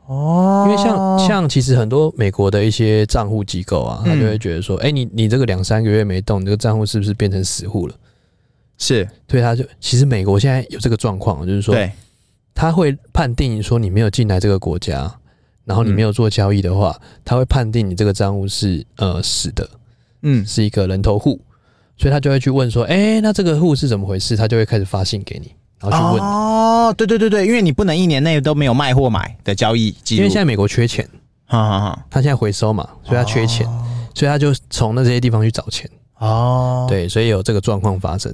Speaker 2: 哦
Speaker 1: 因为像像其实很多美国的一些账户机构啊，他
Speaker 2: 嗯
Speaker 1: 就会觉得说，哎、你你这个两三个月没动，你这个账户是不是变成死户了？
Speaker 2: 是
Speaker 1: 所以他就其实美国现在有这个状况，就是说
Speaker 2: 对
Speaker 1: 他会判定说你没有进来这个国家，然后你
Speaker 2: 嗯
Speaker 1: 没有做交易的话，他会判定你这个账户是呃死的，
Speaker 2: 嗯
Speaker 1: 是一个人头户，所以他就会去问说，哎、那这个户是怎么回事？他就会开始发信给你，然后去问你，
Speaker 2: 哦，对对对对，因为你不能一年内都没有卖或买的交易记
Speaker 1: 因
Speaker 2: 录，
Speaker 1: 为现在美国缺钱，
Speaker 2: 哈哈哈，
Speaker 1: 他现在回收嘛，所以他缺钱，所以他就从那些地方去找钱。
Speaker 2: 哦，
Speaker 1: 对，所以有这个状况发生。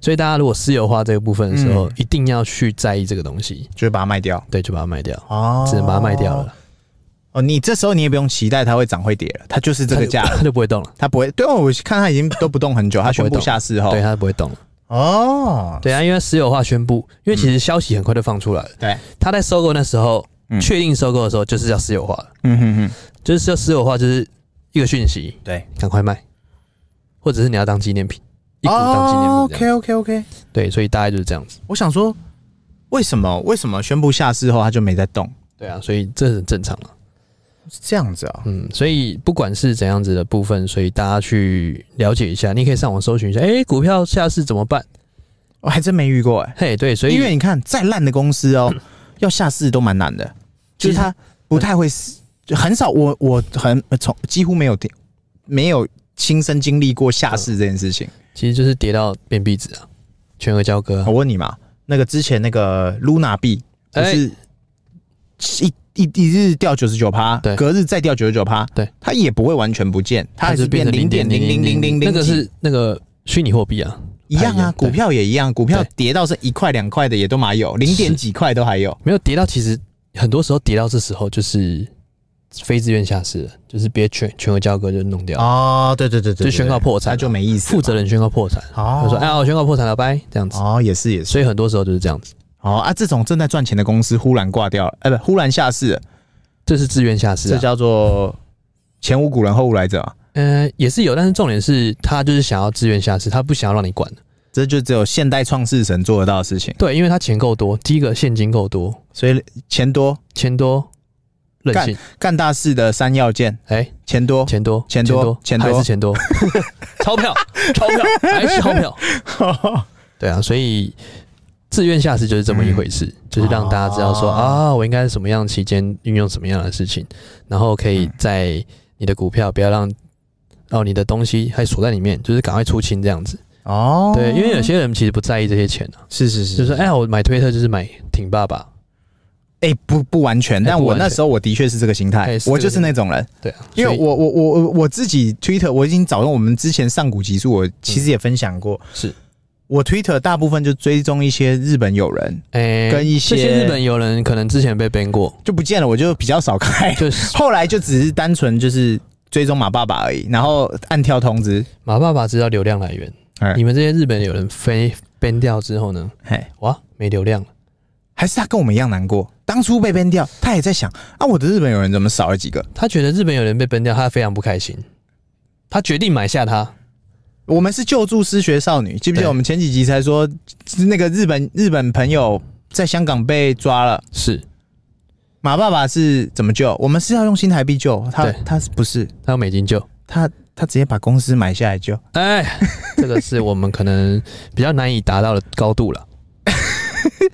Speaker 1: 所以大家如果私有化这个部分的时候，
Speaker 2: 嗯
Speaker 1: 一定要去在意这个东西，
Speaker 2: 就是把它卖掉
Speaker 1: 对，就把它卖掉，
Speaker 2: 哦
Speaker 1: 只能把它卖掉了，
Speaker 2: 哦。你这时候你也不用期待它会涨会跌了，它就是这
Speaker 1: 它
Speaker 2: 个
Speaker 1: 就
Speaker 2: 价了，
Speaker 1: 它就不会动了，
Speaker 2: 它不会。对，哦我看它已经都不 动很久，它
Speaker 1: 不
Speaker 2: 宣
Speaker 1: 会
Speaker 2: 布
Speaker 1: 动
Speaker 2: 下市后，
Speaker 1: 对，它就不会动了。
Speaker 2: 哦，
Speaker 1: 对啊，因为私有化宣布，因为其实消息很快就放出来了，
Speaker 2: 对，
Speaker 1: 他在收购那时候
Speaker 2: 嗯，
Speaker 1: 确定收购的时候就是要私有化了，
Speaker 2: 嗯哼哼，
Speaker 1: 就是要私有化就是一个讯息，
Speaker 2: 对，
Speaker 1: 赶快卖，或者是你要当纪念品，一股当纪念
Speaker 2: 哦
Speaker 1: 品这样。
Speaker 2: OK OK OK，
Speaker 1: 对，所以大概就是这样子。
Speaker 2: 我想说，为什么为什么宣布下市后他就没再动？
Speaker 1: 对啊，所以这很正常了。
Speaker 2: 是这样子啊、
Speaker 1: 嗯，所以不管是怎样子的部分，所以大家去了解一下，你可以上网搜寻一下，哎、股票下市怎么办？
Speaker 2: 我还真没遇过哎、
Speaker 1: 嘿，对，所以
Speaker 2: 因为你看再烂的公 司哦，要下市都蛮难的，就是它不太会死，就很少我我很从几乎没有听没有亲身经历过下市这件事情。
Speaker 1: 其实就是跌到变壁纸啊，全额交割啊、
Speaker 2: 我问你嘛，那个之前那个 Luna 币不
Speaker 1: 哎
Speaker 2: 是一一一日掉九十九趴，
Speaker 1: 对
Speaker 2: 隔日再掉九十九趴，
Speaker 1: 对，
Speaker 2: 它也不会完全不见，它还
Speaker 1: 就是
Speaker 2: 变
Speaker 1: 成
Speaker 2: 零点零零零零零，
Speaker 1: 那个是那个虚拟货币啊，
Speaker 2: 一样
Speaker 1: 一
Speaker 2: 啊，
Speaker 1: 样
Speaker 2: 股票也一样，股票
Speaker 1: 对
Speaker 2: 跌到是一块两块的也都嘛有，零点几块都还有。
Speaker 1: 没有跌到，其实很多时候跌到这时候就是非自愿下市了，就是别全全额交割就弄掉，
Speaker 2: 哦，对对对对，
Speaker 1: 就宣告破产
Speaker 2: 那就没意思嘛。
Speaker 1: 负责人宣告破产，
Speaker 2: 哦，
Speaker 1: 他说哎呀，我宣告破产了，拜这样子。
Speaker 2: 哦，也是也是，
Speaker 1: 所以很多时候就是这样子，
Speaker 2: 哦啊，这种正在赚钱的公司忽然挂掉了，哎、不，忽然下市了，
Speaker 1: 这是自愿下市
Speaker 2: 这
Speaker 1: 啊。
Speaker 2: 叫做前无古人后无来者啊嘛。
Speaker 1: 呃，也是有，但是重点是他就是想要自愿下市，他不想要让你管。
Speaker 2: 这就只有现代创世神做得到的事情，
Speaker 1: 对，因为他钱够多，第一个现金够多，
Speaker 2: 所以钱多
Speaker 1: 钱多任性，
Speaker 2: 干大事的三要件：
Speaker 1: 哎、
Speaker 2: 钱多、
Speaker 1: 钱多，
Speaker 2: 钱多钱多
Speaker 1: 还是钱 多，钞票，钞票，还是钞票。对啊，所以自愿下市就是这么一回事，就是让大家知道说、
Speaker 2: 嗯哦
Speaker 1: 啊，我应该什么样的期间运用什么样的事情，然后可
Speaker 2: 嗯
Speaker 1: 以在你的股票不要让哦你的东西还锁在里面，就是赶快出清这样子。
Speaker 2: 哦，
Speaker 1: 对，因为有些人其实不在意这些钱啊，
Speaker 2: 是是是，
Speaker 1: 就是哎、呀，我买推特就是买挺爸爸，
Speaker 2: 哎、不不完全，但
Speaker 1: 不
Speaker 2: 我
Speaker 1: 完
Speaker 2: 那
Speaker 1: 全
Speaker 2: 时候我的确是这个心态
Speaker 1: 哎，是
Speaker 2: 我
Speaker 1: 这个
Speaker 2: 就是
Speaker 1: 心态
Speaker 2: 那种人，
Speaker 1: 对啊，
Speaker 2: 因为
Speaker 1: 所以
Speaker 2: 我我我我我自己 Twitter 我已经找到我们之前上古集数，我其实也分享过，
Speaker 1: 嗯是
Speaker 2: 我 Twitter 大部分就追踪一些日本友人，
Speaker 1: 哎、
Speaker 2: 跟一些
Speaker 1: 这些日本友人可能之前被 ban 过，
Speaker 2: 就不见了，我就比较 少开。
Speaker 1: 就是
Speaker 2: 后来就只是单纯就是追踪马爸爸而已，然后按跳通知。
Speaker 1: 马爸爸知道流量来源，
Speaker 2: 哎
Speaker 1: 你们这些日本友人飞 ban 掉之后呢，
Speaker 2: 嘿，
Speaker 1: 哇，没流量了，
Speaker 2: 还是他跟我们一样难过，当初被编掉，他也在想啊，我的日本友人怎么少了几个？
Speaker 1: 他觉得日本友人被 ban 掉，他非常不开心，他决定买下他，
Speaker 2: 我们是救助失学少女，记不记得
Speaker 1: 对
Speaker 2: 我们前几集才说那个日本日本朋友在香港被抓了？
Speaker 1: 是
Speaker 2: 马爸爸是怎么救？我们是要用新台币救他
Speaker 1: 对，
Speaker 2: 他是不是
Speaker 1: 他用美金救，
Speaker 2: 他他直接把公司买下来救？
Speaker 1: 哎， 这个是我们可能比较难以达到的高度了。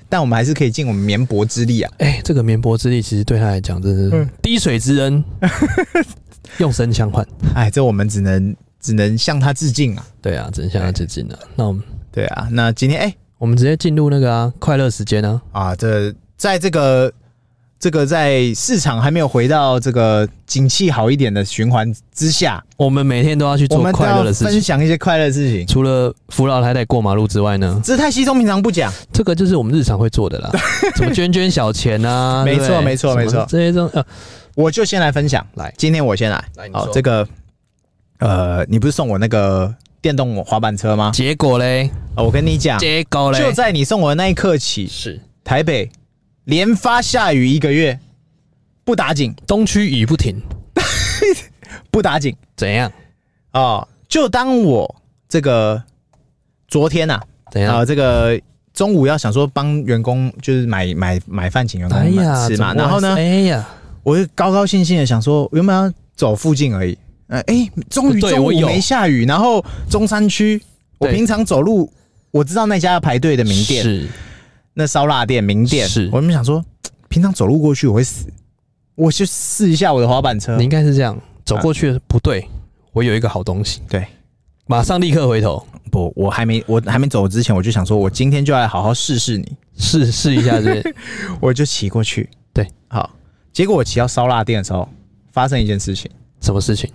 Speaker 2: 但我们还是可以尽我们绵薄之力啊！
Speaker 1: 哎、这个绵薄之力其实对他来讲真的是
Speaker 2: 嗯
Speaker 1: 滴水之恩， 用身相换。
Speaker 2: 哎，这我们只能只能向他致敬啊！
Speaker 1: 对啊，真相要致敬了。那我们
Speaker 2: 对啊，那今天哎、
Speaker 1: 我们直接进入那个啊快乐时间啊，
Speaker 2: 啊，这在这个这个在市场还没有回到这个景气好一点的循环之下，
Speaker 1: 我们每天都要去
Speaker 2: 我
Speaker 1: 做
Speaker 2: 们都
Speaker 1: 快
Speaker 2: 要
Speaker 1: 乐的事
Speaker 2: 分
Speaker 1: 情。
Speaker 2: 享一些快乐的事情。
Speaker 1: 除了扶老太太过马路之外呢，
Speaker 2: 这太稀松平常不讲，
Speaker 1: 这个就是我们日常会做的 啦，什么捐捐小钱啊，
Speaker 2: 没错
Speaker 1: 对不对
Speaker 2: 没错
Speaker 1: 什么
Speaker 2: 没错
Speaker 1: 这些东呃，
Speaker 2: 我就先来分享。
Speaker 1: 来
Speaker 2: 今天我先来。
Speaker 1: 来你
Speaker 2: 哦，
Speaker 1: 说
Speaker 2: 这个呃，你不是送我那个电动滑板车吗？
Speaker 1: 结果嘞，
Speaker 2: 哦我跟你讲，
Speaker 1: 结果嘞，
Speaker 2: 就在你送我的那一刻起，
Speaker 1: 是
Speaker 2: 台北连发下雨一个月，不打紧，
Speaker 1: 东区雨不停，
Speaker 2: 不打紧。
Speaker 1: 怎样
Speaker 2: 哦，就当我这个昨天呐、
Speaker 1: 怎
Speaker 2: 啊，
Speaker 1: 样？
Speaker 2: 这个中午要想说帮员工就是买买买饭请员工
Speaker 1: 哎呀，
Speaker 2: 吃
Speaker 1: 怎么
Speaker 2: 嘛，
Speaker 1: 会
Speaker 2: 然后呢
Speaker 1: 哎，呀，
Speaker 2: 我就高高兴兴的想说，原本要走附近而已，呃，哎，终于
Speaker 1: 对
Speaker 2: 中午
Speaker 1: 我有
Speaker 2: 没下雨，然后中山区，我
Speaker 1: 对
Speaker 2: 平常走路我知道那家要排队的名店，
Speaker 1: 是
Speaker 2: 那烧腊店名店，
Speaker 1: 是
Speaker 2: 我们想说，平常走路过去我会死，我去试一下我的滑板车
Speaker 1: 你，应该是这样走过去，不对，我有一个好东西，
Speaker 2: 对。
Speaker 1: 马上立刻回头
Speaker 2: 不，我还没我还没走之前，我就想说，我今天就要来好好试试你。
Speaker 1: 试试一下，是不是？
Speaker 2: 我就骑过去。
Speaker 1: 对，
Speaker 2: 好，结果我骑到烧腊店的时候，发生一件事情。
Speaker 1: 什么事情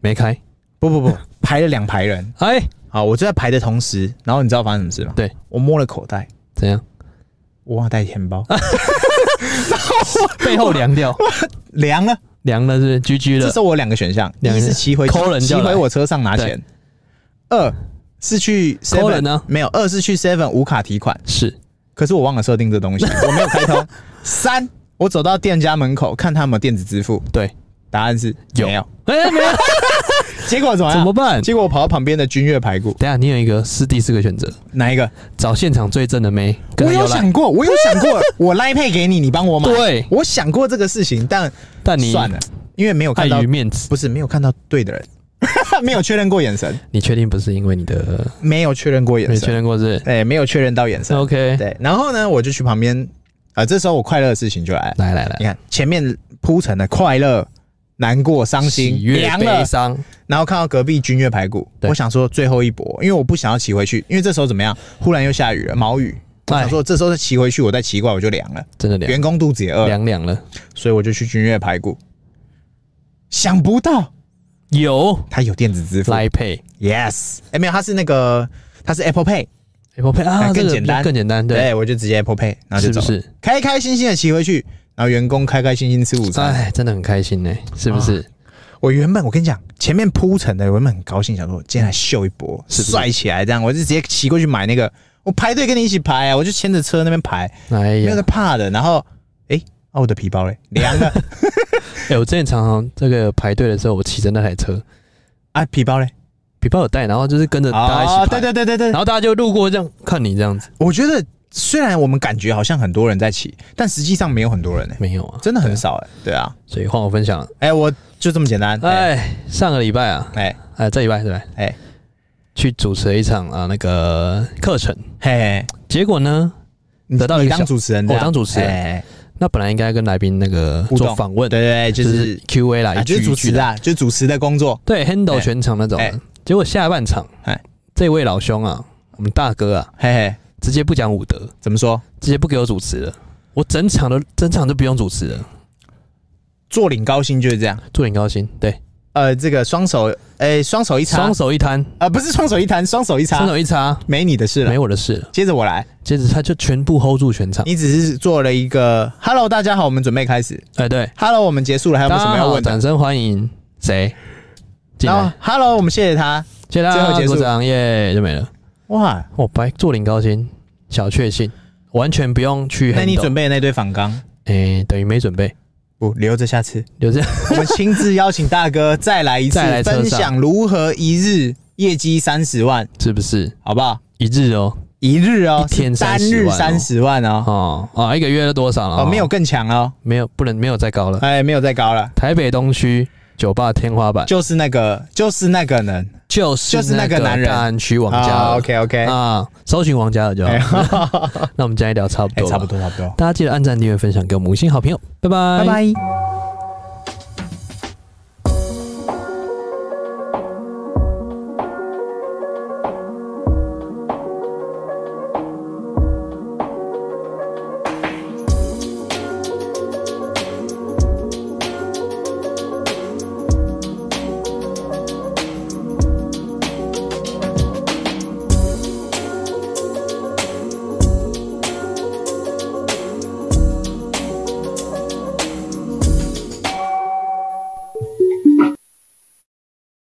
Speaker 1: 没开？
Speaker 2: 不 不不，排了两排人。
Speaker 1: 哎，
Speaker 2: 好，我就在排的同时，然后你知道发生什么事吗？
Speaker 1: 对，
Speaker 2: 我摸了口袋，
Speaker 1: 怎样？
Speaker 2: 我忘了带钱
Speaker 1: 啊
Speaker 2: 包，
Speaker 1: 背后凉 掉，
Speaker 2: 凉了。
Speaker 1: 凉了是不是居居
Speaker 2: 啊这
Speaker 1: 了
Speaker 2: 时，候我有两个选项，第
Speaker 1: 两
Speaker 2: 一
Speaker 1: 个
Speaker 2: 是骑回
Speaker 1: 抠人
Speaker 2: 骑
Speaker 1: 叫来
Speaker 2: 回我车上拿钱，二是去 seven
Speaker 1: 抠人啊呢
Speaker 2: 没有，二是去 seven 无卡提款，
Speaker 1: 是
Speaker 2: 可是我忘了设定 这东西，我没有开通。三，我走到店家门口看他有没有电子支付，
Speaker 1: 对，
Speaker 2: 答案是
Speaker 1: 有
Speaker 2: 没有。
Speaker 1: 哎，没有，
Speaker 2: 结果怎么
Speaker 1: 怎
Speaker 2: 样？
Speaker 1: 么办？
Speaker 2: 结果我跑到旁边的君悦排骨，
Speaker 1: 等一下你有一个是第四个选择，
Speaker 2: 哪一个？
Speaker 1: 找现场最正的妹。跟
Speaker 2: 我
Speaker 1: 她
Speaker 2: 有
Speaker 1: 有来
Speaker 2: 想过，我有想过，我赖配给你，你帮我买。
Speaker 1: 对
Speaker 2: 我想过这个事情，但
Speaker 1: 但你
Speaker 2: 算了，因为没有
Speaker 1: 碍
Speaker 2: 看到
Speaker 1: 于，面子，
Speaker 2: 不是没有看到对的人， 没有确认过眼神，
Speaker 1: 你确定不是因为你的
Speaker 2: 没有确认过眼
Speaker 1: 没确
Speaker 2: 神，
Speaker 1: 认过是
Speaker 2: 哎，没有确认到眼神。
Speaker 1: ？OK，
Speaker 2: 对，然后呢，我就去旁边，啊，这时候我快乐的事情就来了。
Speaker 1: 来来来
Speaker 2: 你，看前面铺陈的快乐、难过、伤心
Speaker 1: 喜、悦
Speaker 2: 凉了
Speaker 1: 悲，伤，
Speaker 2: 然后看到隔壁君悦排骨，
Speaker 1: 对
Speaker 2: 我想说最后一搏，因为我不想要骑回去，因为这时候怎么样，忽然又下雨了，毛雨。我
Speaker 1: 哎
Speaker 2: 想说这时候再骑回去，我再奇怪我就凉了，
Speaker 1: 真的凉
Speaker 2: 员工肚子也饿了，
Speaker 1: 凉凉了。
Speaker 2: 所以我就去君悦排骨。想不到
Speaker 1: 有
Speaker 2: 他有电子支付
Speaker 1: 来配
Speaker 2: ，yes，哎、没有，他是那个他是 Apple Pay，
Speaker 1: Apple Pay
Speaker 2: 哎
Speaker 1: 啊，
Speaker 2: 更
Speaker 1: 这个
Speaker 2: 简单
Speaker 1: 更简单，对，
Speaker 2: 对我就直接 Apple Pay，然后
Speaker 1: 是
Speaker 2: 就
Speaker 1: 不
Speaker 2: 走了，
Speaker 1: 是？
Speaker 2: 开开心心的骑回去，然后员工开开心心吃午餐。
Speaker 1: 哎，真的很开心呢，是不是？
Speaker 2: 我原本我跟你讲，前面铺陈的，我原本很高兴，想说今天来啊秀一波，
Speaker 1: 是不是
Speaker 2: 帅起来这样，我就直接骑过去买那个，我排队跟你一起排啊，我就牵着车那边排，
Speaker 1: 哎
Speaker 2: 没有
Speaker 1: 呀
Speaker 2: 在，怕的。然后，哎、啊我的皮包嘞，凉了
Speaker 1: 哎，我之前常常这个排队的时候，我骑着那台车，
Speaker 2: 啊，皮包嘞，
Speaker 1: 皮包有带，然后就是跟 着大家一起
Speaker 2: 哦
Speaker 1: 排，
Speaker 2: 对对对对对
Speaker 1: 然，后大家就路过这样看你这样子，
Speaker 2: 我觉得虽然我们感觉好像很多人在骑，但实际上没有很多人哎、
Speaker 1: 没有啊，
Speaker 2: 真的很少哎、对啊，
Speaker 1: 所以换我分享了。
Speaker 2: 哎、我就这么简单，哎
Speaker 1: 哎，上个礼拜啊，
Speaker 2: 哎
Speaker 1: 哎，这礼拜对吧？
Speaker 2: 哎
Speaker 1: 去主持了一场啊那个课程，
Speaker 2: 嘿，
Speaker 1: 结果呢，
Speaker 2: 你
Speaker 1: 得到了一
Speaker 2: 哎你
Speaker 1: 个小
Speaker 2: 当主持人这
Speaker 1: 我
Speaker 2: 样，
Speaker 1: 当主持人
Speaker 2: 哎，哎
Speaker 1: 那本来应该跟来宾那个
Speaker 2: 互动
Speaker 1: 做访问，
Speaker 2: 哎对对对，就
Speaker 1: 就是是 Q&A 啦，
Speaker 2: 啊，
Speaker 1: 一
Speaker 2: 就是
Speaker 1: 句
Speaker 2: 主
Speaker 1: 一句
Speaker 2: 持
Speaker 1: 的，
Speaker 2: 啊，就是主持的工作，
Speaker 1: 对
Speaker 2: 哎
Speaker 1: ，handle 全场那种
Speaker 2: 哎
Speaker 1: 的。结果下半场
Speaker 2: 哎，
Speaker 1: 这位老兄啊，我们大哥啊，
Speaker 2: 嘿嘿，
Speaker 1: 直接不讲武德，
Speaker 2: 怎么说？
Speaker 1: 直接不给我主持了，我整场都整场都不用主持了，
Speaker 2: 坐领高薪就是这样。
Speaker 1: 祝你高兴。对，
Speaker 2: 呃，这个双手，哎、双手一插，
Speaker 1: 双手一摊，
Speaker 2: 呃，不是双手一摊，双手一插
Speaker 1: 双，手一插，
Speaker 2: 没你的事了
Speaker 1: 没。我的事了。
Speaker 2: 接着我来，
Speaker 1: 接着他就全部 hold 住全场。
Speaker 2: 你只是做了一个 “hello，大家好，我们准备开始
Speaker 1: 哎，对，
Speaker 2: ”，“hello，我们结束了，还
Speaker 1: 大
Speaker 2: 有没有什
Speaker 1: 家
Speaker 2: 么要
Speaker 1: 好，
Speaker 2: 问的
Speaker 1: 掌声欢迎谁？”？进
Speaker 2: 然
Speaker 1: 来
Speaker 2: 后，“hello，我们谢谢他。
Speaker 1: 谢谢大
Speaker 2: 最后
Speaker 1: 家
Speaker 2: 结束
Speaker 1: 鼓掌，耶，就没了。”
Speaker 2: 哇，
Speaker 1: 我白坐领高薪，小确幸，完全不用去 handle。
Speaker 2: 那你准备的那堆仿钢
Speaker 1: 哎，等于没准备，
Speaker 2: 不留着下次，
Speaker 1: 就这样。
Speaker 2: 我们亲自邀请大哥再来一次
Speaker 1: 再来，车上
Speaker 2: 分享如何一日业绩三十万，
Speaker 1: 是不是？
Speaker 2: 好不好？
Speaker 1: 一日哦，
Speaker 2: 一日哦，
Speaker 1: 一天
Speaker 2: 是单日三十
Speaker 1: 30
Speaker 2: 万哦，
Speaker 1: 哦啊，一个月都多少了？啊
Speaker 2: 哦，没有，更强哦，
Speaker 1: 没有，不能没有再高了。
Speaker 2: 哎，没有再高了，
Speaker 1: 台北东区酒吧天花板
Speaker 2: 就是那个，就是那个人。
Speaker 1: 就是
Speaker 2: 就是那个男人
Speaker 1: 大安区王嘉
Speaker 2: 啊
Speaker 1: 尔
Speaker 2: OK OK，
Speaker 1: 啊，搜寻王嘉尔就好
Speaker 2: 哎。
Speaker 1: 那我们今天聊差不多，
Speaker 2: 差不。多差不多，
Speaker 1: 大家记得按赞、订阅、分享给我们五星好评哦，拜拜，
Speaker 2: 拜。拜。